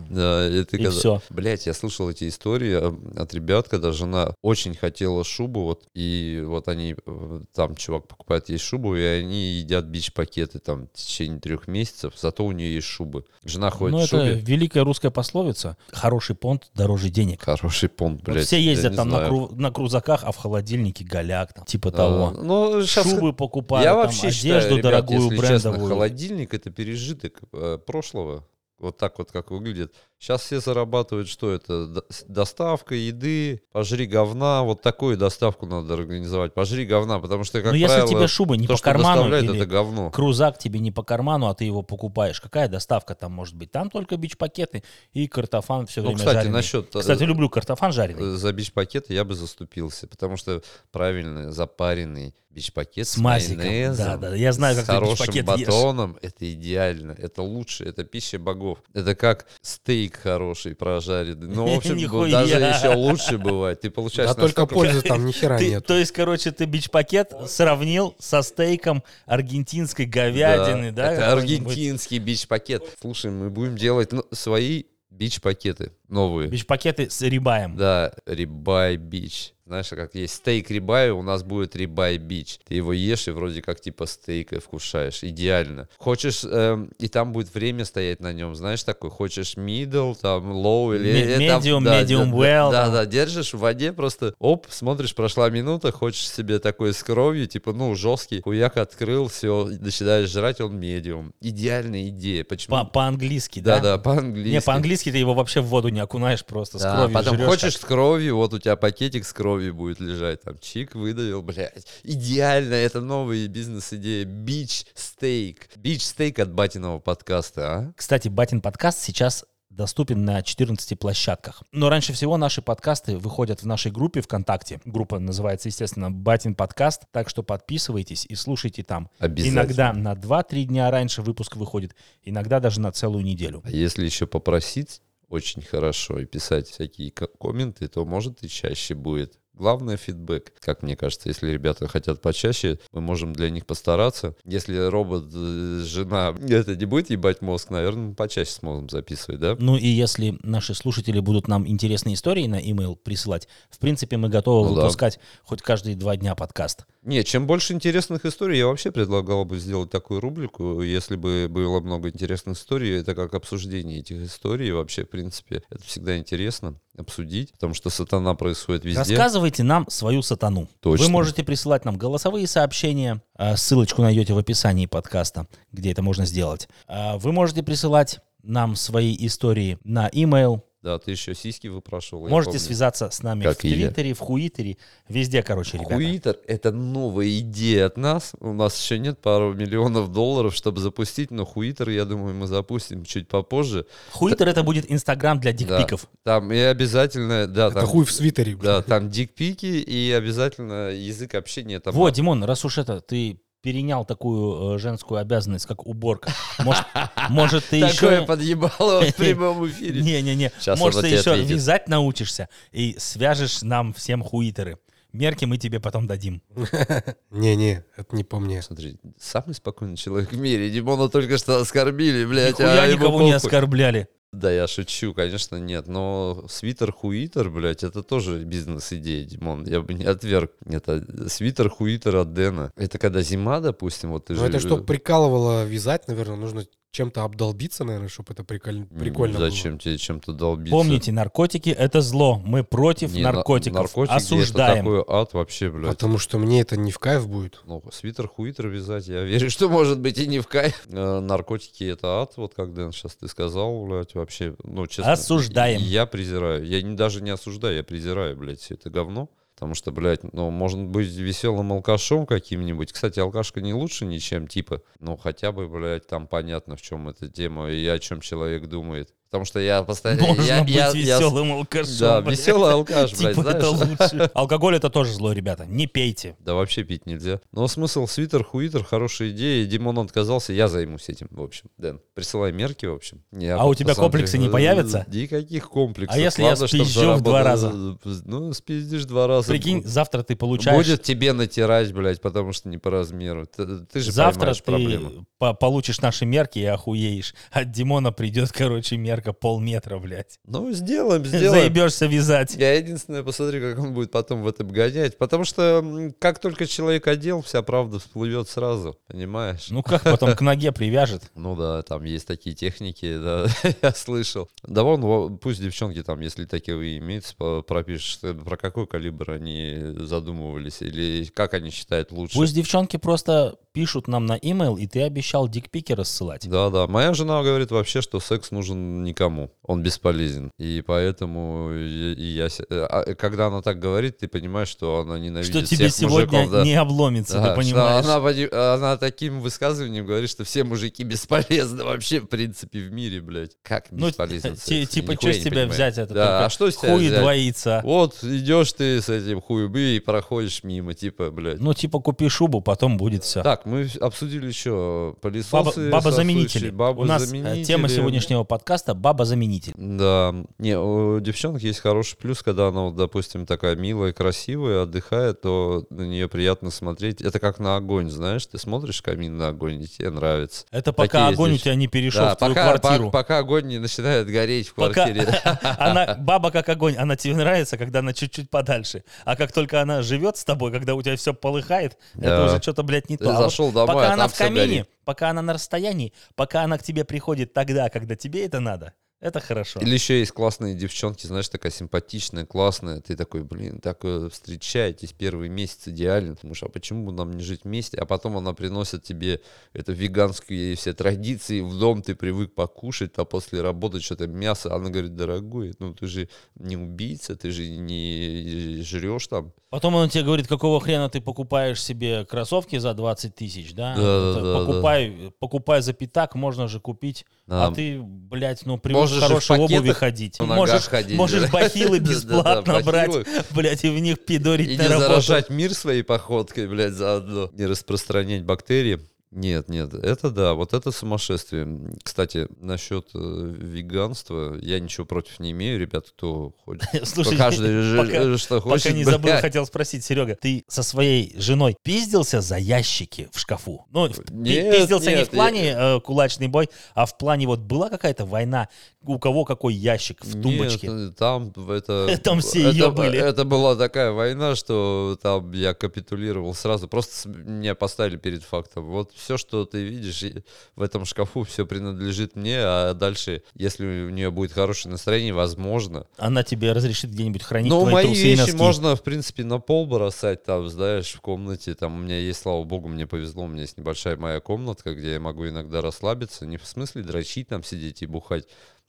A: Да, и ты
B: И всё.
A: Блять, я слышал эти истории э, от ребят, когда жена очень хотела шубу, вот, и вот они, э, там чувак покупает ей шубу, и они едят бич-пакеты там в течение трех месяцев, зато у нее есть шубы. Жена ходит
B: Ну,
A: в
B: это
A: шубе.
B: великая русская пословица. Хороший понт дороже денег.
A: Хороший понт,
B: Вот
A: блядь.
B: Ну, все ездят
A: я
B: там
A: не
B: на,
A: знаю.
B: кру- на крузаках, а в холодильнике голяк, там, типа
A: Да,
B: того.
A: Ну, сейчас...
B: Шубы покупают,
A: я
B: там,
A: вообще
B: одежду
A: считаю, ребят,
B: дорогую,
A: если честно,
B: брендовую.
A: холодильник это пережиток э, прошлого. Вот так вот, как выглядит. Сейчас все зарабатывают, что это? До- с- Доставка еды, пожри говна. Вот такую доставку надо организовать. Пожри говна, потому что, как
B: Но Ну, если
A: правило,
B: тебе шуба не
A: то,
B: по
A: что
B: карману
A: доставляют,
B: или
A: это говно.
B: крузак тебе не по карману, а ты его покупаешь, какая доставка там может быть? Там только бич-пакеты и картофан все
A: Ну,
B: время
A: кстати,
B: жареный.
A: насчет... э,
B: Кстати, люблю картофан жареный.
A: э, За бич-пакеты я бы заступился, потому что правильно запаренный бич-пакет с,
B: С мазиком.
A: майонезом,
B: Да, да, я знаю, как
A: с
B: ты
A: хорошим
B: бич-пакет ешь.
A: батоном, это идеально, это лучше, это пища богов. Это как стейк хороший прожаренный. Ну, в общем, бу-
B: Нихуя.
A: даже еще лучше бывает. Ты получаешь...
E: Да только
A: настолько-
E: пользы там ни хера
B: Ты-
E: А, нет.
B: то есть, короче, ты бич-пакет сравнил со стейком аргентинской говядины, да?
A: это
B: какой-нибудь?
A: аргентинский бич-пакет. Слушай, мы будем делать ну, свои бич-пакеты. новые.
B: Бич-пакеты с рибаем.
A: Да, рибай бич. Знаешь, а как есть стейк рибай, у нас будет рибай бич. Ты его ешь и вроде как типа стейка вкушаешь. Идеально. Хочешь, эм, и там будет время стоять на нем. Знаешь, такой, хочешь middle, там low или...
B: Ме-
A: э, там,
B: medium,
A: да,
B: medium
A: да,
B: well,
A: Да,
B: там.
A: да, держишь в воде просто, оп, смотришь, прошла минута, хочешь себе такой с кровью, типа, ну, жесткий, хуяк открыл, все, начинаешь жрать, он медиум. Идеальная идея. Почему?
B: По- По-английски, да?
A: да, да, по-английски.
B: Не, по-английски ты его вообще в воду не окунаешь просто, с
A: Да,
B: кровью
A: потом
B: жрёшь а?
A: хочешь
B: так.
A: с кровью, вот у тебя пакетик с кровью будет лежать, там чик выдавил, блядь, идеально, это новая бизнес-идея, бич-стейк, бич-стейк от батиного подкаста, а?
B: Кстати, Батин подкаст сейчас доступен на 14 площадках. Но раньше всего наши подкасты выходят в нашей группе ВКонтакте. Группа называется, естественно, Батин подкаст, так что подписывайтесь и слушайте там.
A: Обязательно.
B: Иногда на 2-3 дня раньше выпуск выходит, иногда даже на целую неделю.
A: А если еще попросить очень хорошо и писать всякие ко- комменты, то, может, и чаще будет. Главное — фидбэк. Как мне кажется, если ребята хотят почаще, мы можем для них постараться. Если робот, э, жена, это не будет ебать мозг, наверное, почаще сможем записывать, да?
B: Ну и если наши слушатели будут нам интересные истории на имейл присылать, в принципе, мы готовы
A: Ну да.
B: выпускать хоть каждые два дня подкаст.
A: Не, чем больше интересных историй, я вообще предлагал бы сделать такую рубрику, если бы было много интересных историй, это как обсуждение этих историй, вообще, в принципе, это всегда интересно обсудить, потому что сатана происходит везде.
B: Рассказывайте нам свою сатану.
A: Точно.
B: Вы можете присылать нам голосовые сообщения. а, Ссылочку найдете в описании подкаста, где это можно сделать. А, Вы можете присылать нам свои истории на имейл.
A: Да, ты еще сиськи выпрашивал. я
B: Можете
A: помню.
B: связаться с нами
A: Как
B: в
A: и я.
B: Твиттере, в Хуитере, везде, короче, ребята.
A: Хуитер — это новая идея от нас. У нас еще нет пару миллионов долларов, чтобы запустить, но Хуитер, я думаю, мы запустим чуть попозже.
B: Хуитер это будет Инстаграм для
A: Да.
B: дикпиков.
A: Там и обязательно... Да,
E: Это
A: там-
E: хуй в свитере.
A: Да, там дикпики и обязательно язык общения. Там
B: Во, Димон, раз уж это ты перенял такую э, женскую обязанность, как уборка. Может, может ты
A: Такое
B: еще...
A: подъебало в прямом эфире.
B: Не-не-не,
A: Щас
B: может,
A: она
B: ты
A: тебе
B: еще
A: ответит.
B: вязать научишься и свяжешь нам всем хуитеры. Мерки мы тебе потом дадим.
E: Не-не, это не по мне.
A: Смотри, самый спокойный человек в мире. Димона только что оскорбили, блядь.
B: Нихуя
A: а ему
B: никого не
A: похуй.
B: оскорбляли.
A: Да, я шучу, конечно, нет. Но свитер-хуитер, блядь, это тоже бизнес-идея, Димон. Я бы не отверг. Это свитер-хуитер от Дэна. Это когда зима, допустим, вот ты
E: Ну
A: же...
E: это что прикалывало вязать, наверное, нужно чем-то обдолбиться, наверное, чтобы это приколь-
A: М,
E: прикольно было.
A: Зачем тебе чем-то долбиться?
B: Помните, наркотики это зло. Мы против
A: Не, на-
B: наркотиков.
A: наркотики это
B: Осуждаем.
A: такой ад вообще, блядь.
E: Потому что мне это не в кайф будет.
A: Ну, свитер хуитер вязать, я верю, что может быть и не в кайф. Э, наркотики это ад, вот как Дэн сейчас ты сказал, блядь, вообще, ну, честно.
B: Осуждаем.
A: Я презираю, я не, даже не осуждаю, я презираю, блядь, все это говно. Потому что, блядь, ну, можно быть веселым алкашом каким-нибудь. Кстати, алкашка не лучше ничем, типа. Ну, хотя бы, блядь, там понятно, в чем эта тема и о чем человек думает. Потому что я постоянно...
B: Можно
A: я,
B: быть
A: я- я-
B: веселым алкашом.
A: Да,
B: блядь.
A: веселый алкаш, блядь,
B: Типа это
A: знаешь.
B: лучше. Алкоголь это тоже зло, ребята. Не пейте.
A: Да вообще пить нельзя. Но смысл свитер-хуитер, хорошая идея. Димон отказался, я займусь этим, в общем. Дэн, присылай мерки, в общем. Я
B: А
A: вот
B: у тебя
A: посмотрю.
B: комплексы не появятся?
A: э, Никаких комплексов.
B: А если я
A: Ладно, чтоб
B: спизжу в два
A: заработал. Ну, спиздишь два раза.
B: Прикинь, завтра ты получаешь...
A: Будет тебе натирать, блядь, потому что не по размеру. Ты, ты же
B: Завтра
A: поймаешь
B: ты
A: проблему.
B: по- получишь наши мерки и охуеешь. От Димона придет, короче, мерка полметра, блядь.
A: Ну, сделаем, сделаем.
B: Заебешься вязать.
A: Я единственное посмотрю, как он будет потом в этом гонять. Потому что м, как только человек одел, вся правда всплывет сразу. Понимаешь?
B: Ну как потом к ноге привяжет?
A: Ну да, там есть такие техники, да, я слышал. Да вон, во- пусть девчонки там, если такие имеются, по- пропишут, что- про какой калибр они задумывались, или как они считают лучше.
B: Пусть девчонки просто пишут нам на имейл, и ты обещал дикпики рассылать.
A: Да, да. Моя жена говорит вообще, что секс нужен никому. Он бесполезен. И поэтому и и я... се- э, а, э, Когда она так говорит, ты понимаешь, что она ненавидит
B: Что тебе
A: всех
B: сегодня
A: мужиков, да.
B: не обломится,
A: Да,
B: ты
A: что
B: понимаешь?
A: Она, пони- она таким высказыванием говорит, что все мужики бесполезны вообще, в принципе, в мире, блядь. Как
B: Ну,
A: бесполезен
B: ти-
A: секс? Я
B: типа,
A: нихуя
B: что с
A: не
B: тебя
A: понимаю.
B: взять это?
A: Да,
B: только
A: а что с тебя
B: Хуй
A: взять?
B: двоится.
A: Вот, идешь ты с этим хуем и проходишь мимо, типа, блядь.
B: Ну, типа, купи шубу, потом будет все.
A: Так, Так, мы обсудили еще пылесосы.
B: Баба-заменители. У нас э,
A: бабы-заменители.
B: тема сегодняшнего подкаста «Баба-заменитель».
A: Да, не, у девчонок есть хороший плюс, когда она, вот, допустим, такая милая, красивая, отдыхает, то на нее приятно смотреть. Это как на огонь, знаешь, ты смотришь камин на огонь, и тебе нравится.
B: Это пока
A: Такие
B: огонь
A: здесь.
B: у тебя не перешел
A: Да,
B: в твою
A: пока,
B: квартиру.
A: по- пока огонь не начинает гореть в
B: Пока-
A: квартире.
B: Она, баба как огонь, она тебе нравится, когда она чуть-чуть подальше. А как только она живет с тобой, когда у тебя все полыхает,
A: Да.
B: это уже что-то, блядь, не
A: Ты
B: то. А вот
A: зашел домой,
B: пока
A: а
B: она
A: там
B: в
A: всё
B: камине,
A: горит.
B: пока она на расстоянии, пока она к тебе приходит тогда, когда тебе это надо, это хорошо.
A: Или еще есть классные девчонки, знаешь, такая симпатичная, классная. Ты такой, блин, такое встречаетесь первый месяц идеально. Ты думаешь, а почему бы нам не жить вместе? А потом она приносит тебе это веганские все традиции. В дом ты привык покушать, а после работы что-то мясо. Она говорит, дорогой, ну ты же не убийца, ты же не жрешь там.
B: Потом он тебе говорит, какого хрена ты покупаешь себе кроссовки за 20 тысяч, да?
A: Да,
B: Это
A: да, да,
B: покупай, покупай за пятак, можно же купить.
A: Да.
B: А ты, блядь, ну привык
A: Можешь
B: в
A: же в
B: хорошей обуви
A: пакетах
B: ходить.
A: на ногах
B: Можешь,
A: ходить,
B: можешь
A: да.
B: бахилы
A: Да-да-да,
B: бесплатно брать,
A: бахилы.
B: блядь, и в них
A: И
B: пидорить
A: не
B: на работу.
A: заражать мир своей походкой, блядь, заодно. Не распространять бактерии. Нет, нет, это да, вот это сумасшествие. Кстати, насчет э, веганства, я ничего против не имею, ребята, кто хочет.
B: Слушай,
A: Каждый же-
B: пока-
A: же что хочет.
B: Пока не забыл,
A: блядь.
B: хотел спросить, Серега, ты со своей женой пиздился за ящики в шкафу? Ну, в- пи-
A: Нет,
B: пиздился не
A: нет,
B: в плане э, кулачный бой, а в плане вот была какая-то война, у кого какой ящик в
A: Нет,
B: тумбочке?
A: э, там в это...
B: Там все её
A: это-
B: были.
A: Это была такая война, что там я капитулировал сразу. Просто с- меня поставили перед фактом. Вот все, что ты видишь и в этом шкафу, все принадлежит мне, а дальше, если у нее будет хорошее настроение, возможно.
B: Она тебе разрешит где-нибудь хранить
A: Но
B: твои
A: Ну, мои
B: трусы и
A: вещи
B: носки.
A: можно, в принципе, на пол бросать, там, знаешь, в комнате. Там у меня есть, слава богу, мне повезло, у меня есть небольшая моя комнатка, где я могу иногда расслабиться. Не в смысле дрочить там, сидеть и бухать.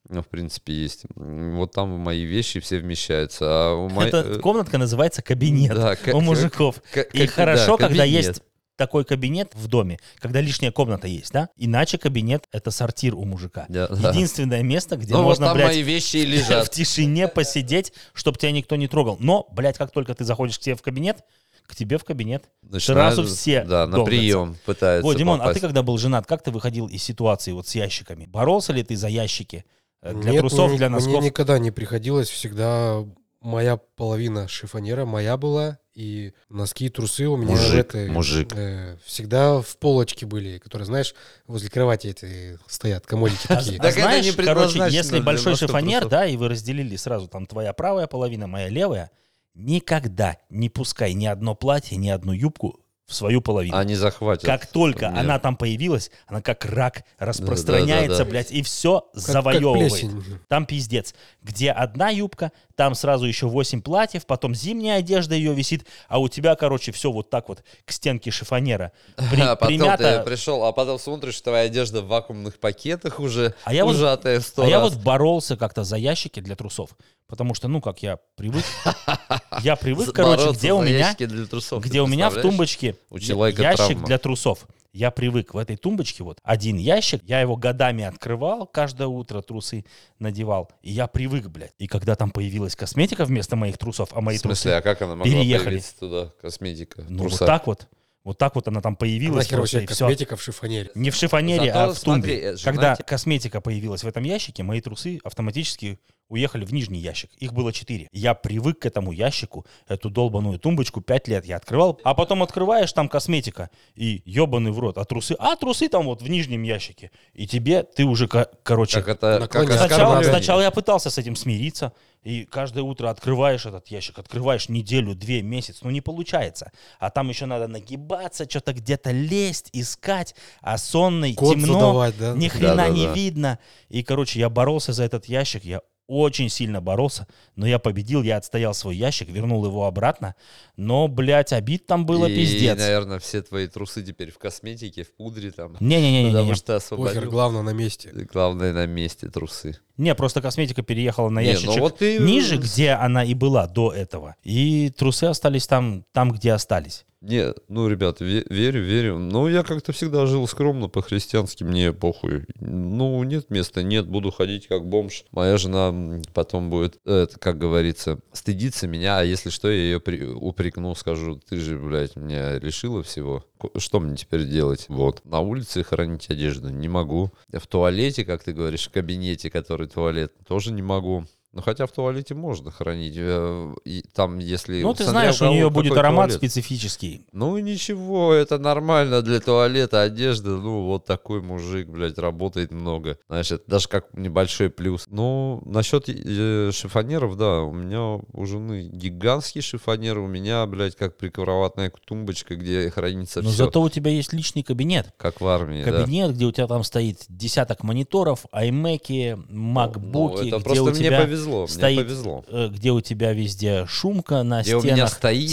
A: Ну, в принципе, есть. М, Вот там мои вещи все вмещаются. А у моей-
B: Эта
A: э,
B: комнатка называется кабинет
A: Да, ка-
B: у мужиков.
A: ка- ка-
B: И
A: да,
B: хорошо, когда
A: кабинет.
B: есть такой кабинет в доме, когда лишняя комната есть, да? Иначе кабинет — это сортир у мужика.
A: Да, да.
B: Единственное место, где
A: Ну, вот
B: можно,
A: там
B: блядь,
A: мои вещи и
B: в
A: лежат.
B: тишине посидеть, чтобы тебя никто не трогал. Но, блядь, как только ты заходишь к себе в кабинет, к тебе в кабинет
A: Начинают-
B: сразу все
A: Да, на
B: долбятся.
A: прием пытаются
B: О, Димон, а
A: попасть.
B: ты когда был женат, как ты выходил из ситуации вот с ящиками? Боролся ли ты за ящики? Э, Для
E: Нет,
B: трусов,
E: мне-
B: для носков?
E: Мне никогда не приходилось, всегда моя половина шифонера моя была, и носки, и трусы у меня
A: Мужик,
E: это,
A: мужик.
E: э, всегда в полочке были, которые, знаешь, возле кровати эти стоят, комодики такие.
B: А
A: Так это
B: знаешь,
A: не
B: короче,
A: предназначено
B: если
A: для
B: большой
A: носков
B: шифонер,
A: трусов.
B: да, и вы разделили сразу, там твоя правая половина, моя левая, никогда не пускай ни одно платье, ни одну юбку в свою половину.
A: Они захватят.
B: Как только
A: А, Нет.
B: она там появилась, она как рак распространяется,
A: Да-да-да-да.
B: блядь, и все
E: Как- как
B: завоевывает.
E: плесень.
B: Там пиздец. Где одна юбка, там сразу еще 8 платьев, потом зимняя одежда ее висит, а у тебя, короче, все вот так вот к стенке шифонера при-
A: а потом
B: примято.
A: ты пришел, а потом смотришь, твоя одежда в вакуумных пакетах уже
B: А я вот-
A: ужатая в сто
B: а я
A: раз.
B: вот боролся как-то за ящики для трусов, потому что, ну, как я привык, я привык, короче,
A: Бороться
B: где у
A: за
B: меня,
A: ящики для трусов,
B: где
A: ты
B: у меня в
A: представляешь?
B: тумбочке
A: У
B: я-
A: человека
B: ящик
A: травма.
B: для трусов. Я привык в этой тумбочке вот один ящик, я его годами открывал, каждое утро трусы надевал, и я привык, блядь. И когда там появилась косметика вместо моих трусов, а мои
A: В смысле, а
B: трусы
A: как она могла
B: переехали.
A: появиться туда, косметика? в
B: Ну, вот
A: трусах?
B: так вот. Вот так вот она там появилась.
E: Нахер
B: просто,
E: вообще
B: и всё.
E: косметика в шифонере.
B: Не в шифонере,
A: Зато
B: а в
A: смотри,
B: тумбре.
A: э, жена
B: Когда
A: те-
B: косметика появилась в этом ящике, мои трусы автоматически уехали в нижний ящик. Их было четыре. Я привык к этому ящику, эту долбаную тумбочку, пять лет я открывал. А потом открываешь, там косметика, и ебаный в рот. А трусы? А трусы там вот в нижнем ящике. И тебе, ты уже, ко- короче...
A: Как это, как
E: Наклоняется.
B: Сначала,
E: оскорбляет.
B: сначала я пытался с этим смириться, и каждое утро открываешь этот ящик, открываешь неделю, две, месяц, ну не получается. А там еще надо нагибаться, что-то где-то лезть, искать, а сонный,
E: Код
B: темно,
E: задавать, да?
B: ни хрена
A: Да-да-да.
B: не видно. И, короче, я боролся за этот ящик, я очень сильно боролся, но я победил, я отстоял свой ящик, вернул его обратно, но, блядь, обид там было
A: и,
B: пиздец.
A: наверное, все твои трусы теперь в косметике, в пудре там. Ну,
B: Не-не-не-не-не.
A: Потому что
E: Похер,
A: освободил.
E: главное на месте.
A: Главное на месте трусы.
B: Не, просто косметика переехала на
A: Не, ну
B: ящичек
A: вот ты-
B: ниже, где она и была до этого. И трусы остались там, там где остались.
A: Не, ну, ребят, ве- верю, верю. Ну, я как-то всегда жил скромно, по-христиански, мне похуй. Ну, нет места, нет, буду ходить как бомж. Моя жена м, потом будет, э, это, как говорится, стыдиться меня, а если что, я ее при- упрекну, скажу, ты же, блядь, меня лишила всего. Ко- Что мне теперь делать? Вот. На улице хранить одежду не могу. В туалете, как ты говоришь, в кабинете, который туалет, тоже не могу. Ну, хотя в туалете можно хранить. э, И там, если...
B: ну, ты
A: смотря
B: знаешь, у
A: кого
B: нее будет
A: какой
B: аромат
A: туалет.
B: специфический.
A: Ну и ничего, это нормально для туалета, одежда, ну вот такой мужик, блядь, работает много. Знаешь, это даже как небольшой плюс. Ну, насчет э, шифонеров, да, у меня у жены гигантский шифонер, у меня, блядь, как прикроватная тумбочка, где хранится
B: Но
A: все,
B: зато у тебя есть личный кабинет.
A: как в армии, да.
B: Кабинет, где у тебя там стоит десяток мониторов, аймеки,
A: Ну,
B: макбуки,
A: это
B: где
A: просто
B: у
A: мне
B: тебя...
A: повезло,
B: стоит
A: мне повезло.
B: э, где у тебя везде шумка на
A: Где у
B: стенах,
A: меня стоит,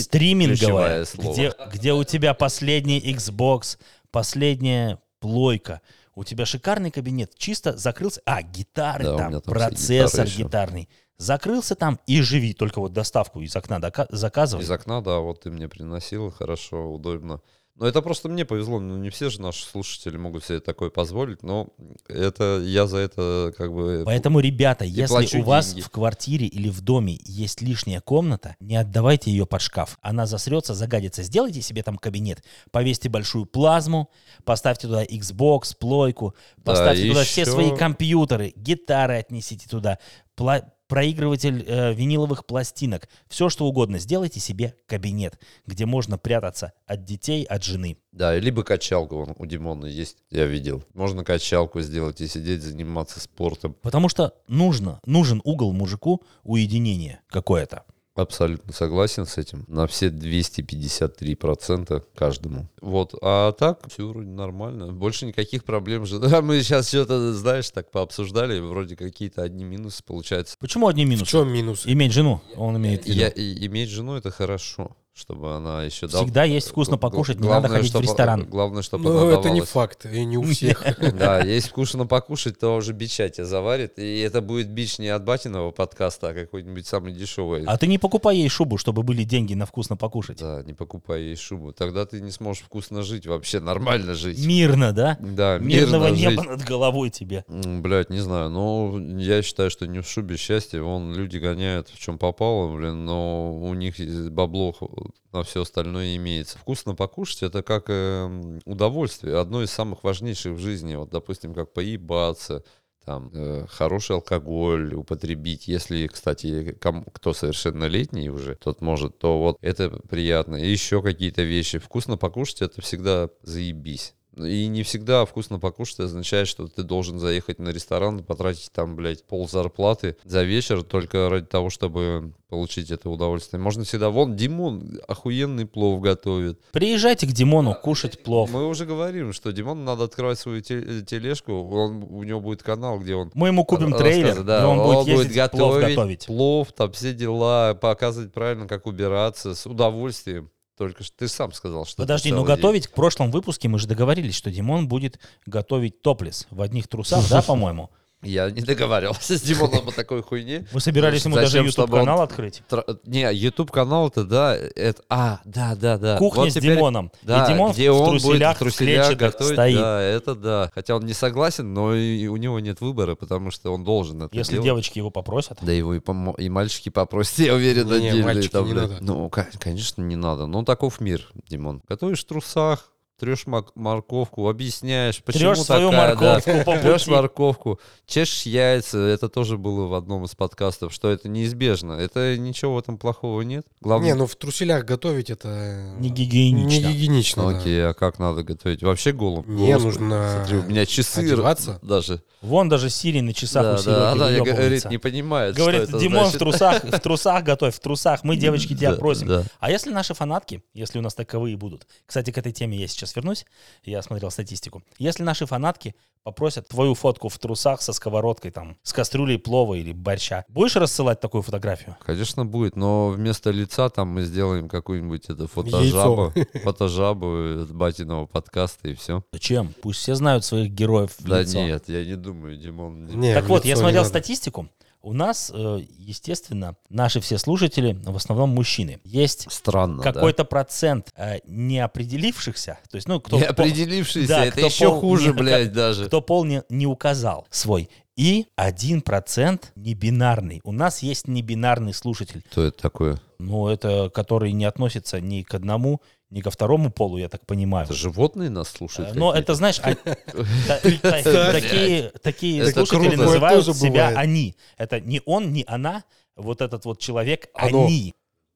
A: ключевое
B: стриминговая,
A: слово.
B: Где, где у тебя последний Xbox, последняя плойка. У тебя шикарный кабинет, чисто закрылся. А, гитары
A: Да, у
B: там,
A: меня там все
B: процессор
A: гитары еще.
B: гитарный. Закрылся там и живи, только вот доставку из окна дока- заказывай.
A: Из окна, да, вот ты мне приносил, хорошо, удобно. Но это просто мне повезло, ну не все же наши слушатели могут себе такое позволить, но это я за это как бы...
B: Поэтому, ребята, если
A: плачу
B: у вас
A: деньги.
B: в квартире или в доме есть лишняя комната, не отдавайте ее под шкаф. Она засрется, загадится. Сделайте себе там кабинет, повесьте большую плазму, поставьте туда Xbox, плойку,
A: Да,
B: поставьте
A: и
B: туда все
A: ещё-
B: свои компьютеры, гитары отнесите туда, пла- проигрыватель э, виниловых пластинок, все что угодно. Сделайте себе кабинет, где можно прятаться от детей, от жены.
A: Да, либо качалку, вон у Димона есть, я видел. Можно качалку сделать и сидеть, заниматься спортом.
B: Потому что нужно, нужен угол мужику уединения какое-то.
A: Абсолютно согласен с этим. На все 253% каждому. Вот, а так все вроде нормально. Больше никаких проблем же. Да, мы сейчас что-то, знаешь, так пообсуждали, вроде какие-то одни минусы получаются.
B: Почему одни
E: В
B: минусы?
E: чем минус?
B: Иметь жену, он имеет в виду.
A: Я, и- иметь жену это хорошо, чтобы она еще дал-
B: Всегда есть вкусно
A: Гла-
B: покушать, не
A: главное,
B: надо ходить в
A: чтобы- э,
B: ресторан.
A: Главное, чтобы
E: Ну,
A: она
E: это не
A: давалась.
E: факт, и не у всех.
A: Да, если вкусно покушать, то уже бича тебя заварит. И это будет бич не от батиного подкаста, а какой-нибудь самый дешевый.
B: А ты не покупай ей шубу, чтобы были деньги на вкусно покушать.
A: Да, не покупай ей шубу. Тогда ты не сможешь вкусно жить, вообще нормально жить.
B: Мирно, да?
A: Да,
B: Мирного
A: мирно жить.
B: неба над головой тебе.
A: М, Блядь, не знаю, но я считаю, что не в шубе счастье, вон люди гоняют в чем попало, блин, но у них и бабло х- на все остальное имеется. Вкусно покушать это как эм, удовольствие, одно из самых важнейших в жизни, вот, допустим, как поебаться, там, э, хороший алкоголь употребить, если, кстати, ком- кто совершеннолетний уже, тот может, то вот это приятно. И еще какие-то вещи. Вкусно покушать — это всегда заебись. И не всегда вкусно покушать означает, что ты должен заехать на ресторан, потратить там, блядь, пол зарплаты за вечер только ради того, чтобы получить это удовольствие. Можно всегда... Вон, Димон охуенный плов готовит.
B: Приезжайте к Димону кушать плов.
A: Мы уже говорим, что Димон надо открывать свою те- тележку, он, у него будет канал, где он
B: Мы ему купим
A: Р-
B: трейлер,
A: рассказы, Э, да.
B: и он будет ездить плов
A: готовить,
B: готовить.
A: плов, там все дела, показывать правильно, как убираться, с удовольствием. Только что ты сам сказал, что... ты
B: Подожди, но
A: целый день.
B: готовить к прошлом выпуске мы же договорились, что Димон будет готовить топлес в одних трусах, да, по-моему?
A: Я не договаривался с Димоном о такой хуйне.
B: Мы собирались ему даже
A: Зачем, чтобы он-
B: YouTube-канал открыть.
A: Тр- Не, YouTube канал то да, это... А, да, да, да.
B: Кухня
A: Вот
B: с
A: теперь-
B: Димоном.
A: Да,
B: и Димон
A: где
B: в
A: он будет
B: труселях,
A: в
B: в
A: труселях
B: клетчатых
A: готовить,
B: стоит.
A: да, это да. Хотя он не согласен, но и у него нет выбора, потому что он должен это
B: Если
A: делать.
B: девочки его попросят.
A: Да его и, помо- и мальчики попросят, я уверен,
E: Не,
A: отдельные
E: мальчики
A: там,
E: не
A: блядь.
E: надо.
A: Ну, ка- конечно, не надо. Но таков мир, Димон. Готовишь в трусах, трешь мак- морковку, объясняешь, почему
B: Трешь свою
A: такая, да.
B: морковку по
A: Трешь
B: пути.
A: морковку, чешешь яйца, это тоже было в одном из подкастов, что это неизбежно. Это ничего в этом плохого нет. Главное,
E: Не, ну в труселях готовить это...
B: Не гигиенично.
E: Не гигиенично, да.
A: окей, а как надо готовить? Вообще голым?
E: Не,
A: Господи,
E: нужно э,
A: Смотри, у меня часы
E: одеваться.
A: даже.
B: Вон даже Сири на часах
A: Да,
B: у Сири
A: да, она мне говорит,
B: выебывается.
A: не понимает,
B: Говорит,
A: что это
B: Димон в
A: значит».
B: трусах, в трусах готовь, в трусах. Мы, девочки, тебя
A: Да,
B: просим.
A: да.
B: А если наши фанатки, если у нас таковые будут, кстати, к этой теме я сейчас сейчас вернусь, я смотрел статистику. Если наши фанатки попросят твою фотку в трусах со сковородкой, там, с кастрюлей плова или борща, будешь рассылать такую фотографию?
A: Конечно, будет, но вместо лица там мы сделаем какую-нибудь это фотожабу, фотожабу батиного подкаста и все.
B: Зачем? Пусть все знают своих героев в
A: Да
B: лицо.
A: нет, я не думаю, Димон. не-
E: Не,
B: Так
E: в
B: вот,
E: лицо
B: я
E: не
B: смотрел
E: надо.
B: статистику. У нас, э, естественно, наши все слушатели, в основном мужчины. Есть
A: Странно, Ну да?
B: какой-то процент э, неопределившихся, то есть, ну, кто,
A: Не
B: по-
A: определившийся,
B: Да,
A: это
B: кто
A: еще
B: пол-
A: хуже,
B: не-
A: блядь, даже.
B: кто пол не, не указал свой, и 1% небинарный. У нас есть небинарный слушатель,
A: Кто это такое?
B: ну, это который не относится ни к одному, ни ко второму полу, я так понимаю.
A: Это животные нас слушают?
B: Но
A: какие-то?
B: это, знаешь, а- та- та- такие такие
A: Это
B: слушатели
A: круто.
B: называют
E: Такое тоже
B: себя
E: бывает.
B: они. Это не он, не она, вот этот вот человек
E: Оно.
B: они.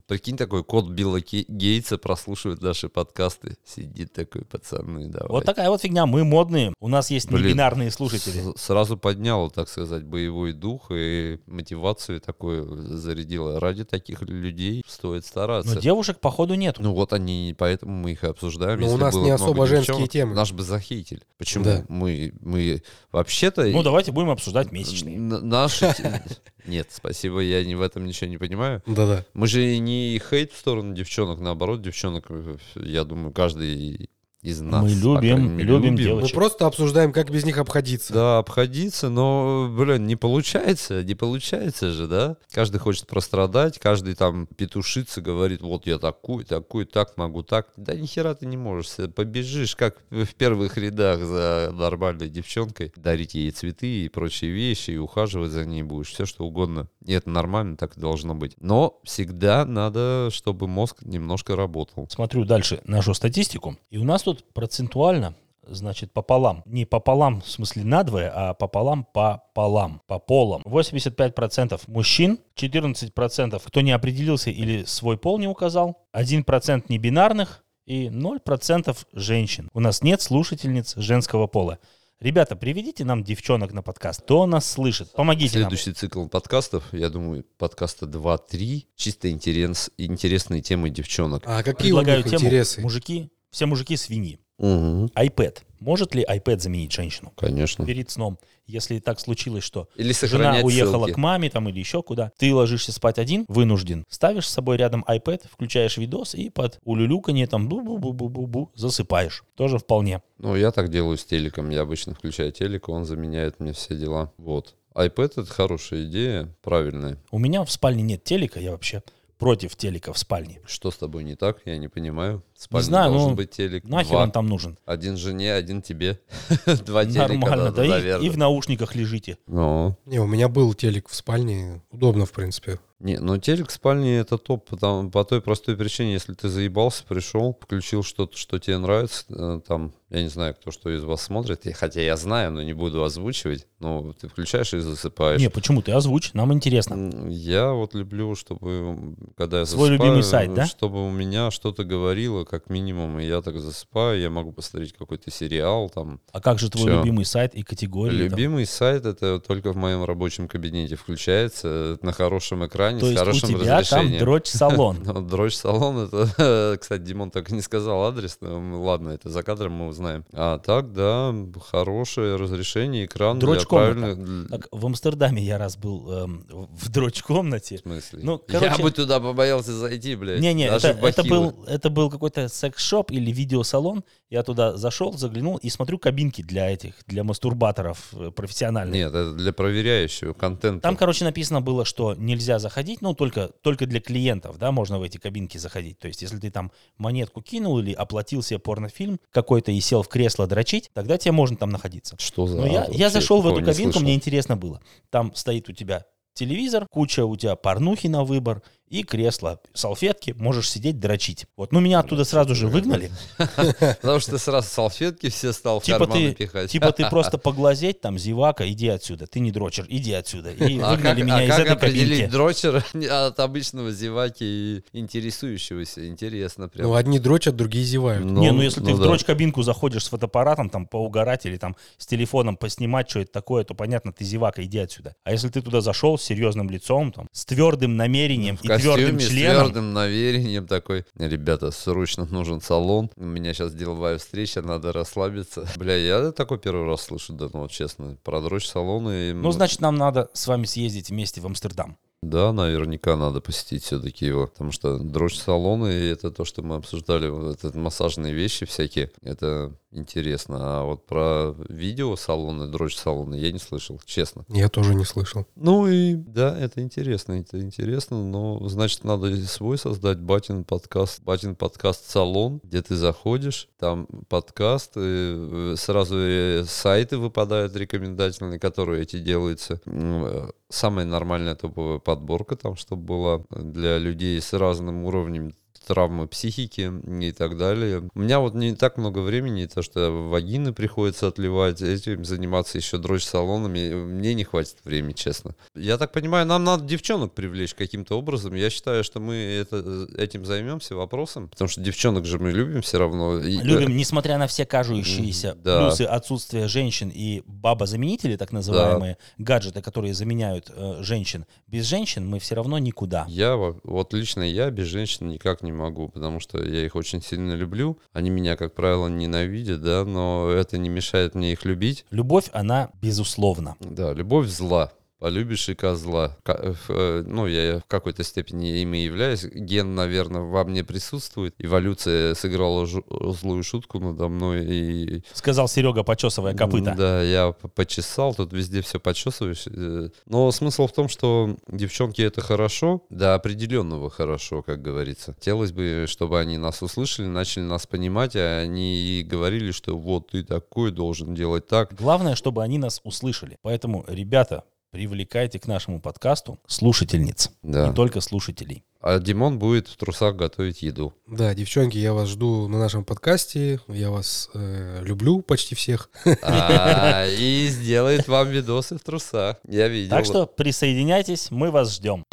A: Прикинь, такой кот Билла Ке- Гейтса прослушивает наши подкасты. Сидит такой, пацаны, давай.
B: Вот такая вот фигня. Мы модные, у нас есть
A: Блин.
B: небинарные слушатели.
A: С- сразу подняло, так сказать, боевой дух и мотивацию такую зарядило. Ради таких людей стоит стараться.
E: Ну,
B: Но девушек, походу, нету.
A: Ну вот они, поэтому мы их и обсуждаем.
E: Но Ну, у
A: Если
E: нас
A: было
E: не
A: много
E: особо женские
A: девчонок,
E: темы.
A: Наш бы захейтили. Почему?
E: Да.
A: Мы, мы вообще-то...
B: Ну, давайте будем обсуждать месячные.
A: н- Наши... те- Нет, спасибо, я не в этом ничего не понимаю.
E: Да-да.
A: Мы же не хейт в сторону девчонок, наоборот, девчонок, э, я думаю, каждый из нас.
B: Мы
A: по
B: любим-
A: крайней мере,
B: любим
E: Мы
B: девочек.
E: просто обсуждаем, как без них обходиться.
A: Да, обходиться, но, блин, не получается, не получается же, да? Каждый хочет прострадать, каждый там петушится, говорит, вот я такой, такой, так могу, так. Да нихера ты не можешь, э, побежишь, как в первых рядах за нормальной девчонкой, дарить ей цветы и прочие вещи, и ухаживать за ней будешь, все что угодно. И это нормально, так и должно быть. Но всегда надо, чтобы мозг немножко работал.
B: Смотрю дальше нашу статистику. И у нас тут процентуально, значит, пополам. Не пополам, в смысле надвое, а пополам пополам, по полам. 85% мужчин, 14% кто не определился или свой пол не указал, 1% небинарных и 0% женщин. У нас нет слушательниц женского пола. Ребята, приведите нам девчонок на подкаст. Кто нас слышит? Помогите нам.
A: Следующий цикл подкастов, я думаю, подкаста 2-3, чисто интерес, интересные темы девчонок.
E: А какие у
B: Предлагаю
E: них
B: тему
E: интересы?
B: «Мужики, все мужики свиньи». iPad. Может ли iPad заменить женщину?
A: Конечно.
B: перед сном, если так случилось, что
A: Или
B: жена
A: сохранять
B: уехала
A: ссылки.
B: к маме там или еще куда, ты ложишься спать один, вынужден, ставишь с собой рядом iPad, включаешь видос и под улюлюканье там бу-бу-бу-бу-бу-бу засыпаешь. Тоже вполне.
A: Ну, я так делаю с телеком. Я обычно включаю телек, он заменяет мне все дела. Вот. iPad — это хорошая идея, правильная.
B: У меня в спальне нет телека, я вообще против телека в спальне.
A: Что с тобой не так, я не понимаю. В спальне
B: знаю,
A: должен
B: ну,
A: быть телек.
B: Нахер
A: Два.
B: он там нужен?
A: Один жене, один тебе. Два телека
B: Нормально,
A: надо,
B: да, и-
A: наверное.
B: и, в наушниках лежите.
A: Ну,
E: Не, у меня был телек в спальне. Удобно, в принципе.
A: Не, ну телек в спальне это топ, потому- по той простой причине, если ты заебался, пришел, включил что-то, что тебе нравится, э, там, я не знаю, кто что из вас смотрит, и- хотя я знаю, но не буду озвучивать, но ты включаешь и засыпаешь.
B: Не, почему ты озвучь? Нам интересно.
A: М, Я вот люблю, чтобы, м, когда я
B: Свой
A: засыпаю,
B: любимый сайт, да?
A: чтобы у меня что-то говорило, как минимум, и я так засыпаю, я могу посмотреть какой-то сериал, там,
B: А как же твой
A: Всё.
B: любимый сайт и категории? там?
A: Любимый сайт это только в моем рабочем кабинете включается э, на хорошем экране
B: То
A: с
B: есть у
A: хорошим
B: тебя там
A: разрешением.
B: дрочь-салон.
A: Ну, дрочь салон это, кстати, Димон так и не сказал адрес, но м, ладно, это за кадром мы узнаем. А так, да, хорошее разрешение, экран для
B: Дрочь-комната.
A: правильных- для-
B: Так, в Амстердаме я раз был эм, в дрочь-комнате.
A: В смысле?
B: Ну,
A: Я
B: короче-
A: бы туда побоялся зайти, блядь.
B: Не-не, это,
A: даже в
B: это
A: бахилы.
B: был, это был какой-то секс-шоп или видеосалон. Я туда зашел, заглянул и смотрю кабинки для этих, для мастурбаторов э, профессиональных.
A: Нет, это для проверяющего контента.
B: Там, короче, написано было, что нельзя заходить, ну, только, только для клиентов, да, можно в эти кабинки заходить. То есть, если ты там монетку кинул или оплатил себе порнофильм какой-то и сел в кресло дрочить, тогда тебе можно там находиться.
A: Что за...
B: Но Ну, я,
A: а,
B: я
A: вообще
B: зашел в
A: такого
B: эту
A: не
B: кабинку,
A: слышал.
B: мне интересно было. Там стоит у тебя телевизор, куча у тебя порнухи на выбор и кресло, салфетки, можешь сидеть дрочить. Вот, ну меня оттуда сразу же выгнали.
A: Потому что ты сразу салфетки все стал в
B: Типа
A: карманы
B: ты,
A: пихать.
B: типа ты просто поглазеть, там, зевака, иди отсюда, ты не дрочер, иди отсюда. И
A: А как,
B: выгнали меня
A: а
B: из
A: как
B: этой
A: определить
B: кабинки.
A: дрочера от обычного зеваки и интересующегося? Интересно прям.
E: Ну, одни дрочат, другие зевают.
B: не, ну если ты в
A: да.
B: дрочь-кабинку заходишь с фотоаппаратом, там, поугарать или там с телефоном поснимать, что это такое, то понятно, ты зевака, иди отсюда. А если ты туда зашел с серьезным лицом, там, с твердым намерением,
A: В
B: и
A: костюме,
B: твердым
A: с
B: членом.
A: твердым наверением такой. Ребята, срочно нужен салон. У меня сейчас деловая встреча, надо расслабиться. Бля, я такой первый раз слышу, да, ну вот честно, продрочь салоны. и
B: Ну, значит, нам надо с вами съездить вместе в Амстердам.
A: Да, наверняка надо посетить все-таки его, потому что дрочь салоны, и это то, что мы обсуждали, вот это массажные вещи всякие, это интересно. А вот про видео салоны, дрочь салоны я не слышал, честно.
E: Я тоже не слышал.
A: Ну и да, это интересно, это интересно, но значит надо и свой создать батин подкаст, батин подкаст салон, где ты заходишь, там подкаст, э, э, сразу э, сайты выпадают рекомендательные, которые эти делаются. М, э, Самая нормальная топовая подборка там, чтобы была э, для людей с разным уровнем травмы психики и так далее. У меня вот не так много времени, то что вагины приходится отливать, этим заниматься еще дрочь салонами, мне не хватит времени, честно. Я так понимаю, нам надо девчонок привлечь каким-то образом. Я считаю, что мы это, э, этим займемся вопросом, потому что девчонок же мы любим все равно. И-
B: Любим, несмотря на все кажущиеся
A: М, да.
B: плюсы отсутствия женщин и баба-заменители, так называемые, гаджеты, которые заменяют э, женщин. Без женщин мы все равно никуда.
A: Я во- вот лично я без женщин никак не могу, потому что я их очень сильно люблю. Они меня, как правило, ненавидят, да, но это не мешает мне их любить.
B: Любовь, она безусловна.
A: Да, любовь зла. Полюбишь и козла. Ка- э, ф- э, Ну, я в какой-то степени ими являюсь. Ген, наверное, во мне присутствует. Эволюция сыграла жу- злую шутку надо мной. И...
B: Сказал Серега, почесывая Э, копыта.
A: Да, я п- почесал, тут везде все почесываешь. э. Но смысл в том, что девчонки это хорошо, до определенного хорошо, как говорится. Хотелось бы, чтобы они нас услышали, начали нас понимать, а они говорили, что вот ты такой должен делать так.
B: Главное, чтобы они нас услышали. Поэтому, ребята, привлекайте к нашему подкасту слушательниц.
A: Да.
B: Не только слушателей.
A: А Димон будет в трусах готовить еду.
E: Да, девчонки, я вас жду на нашем подкасте. Я вас э, люблю почти всех.
A: А, И сделает вам видосы в трусах. Я видел.
B: Так что присоединяйтесь, мы вас ждем.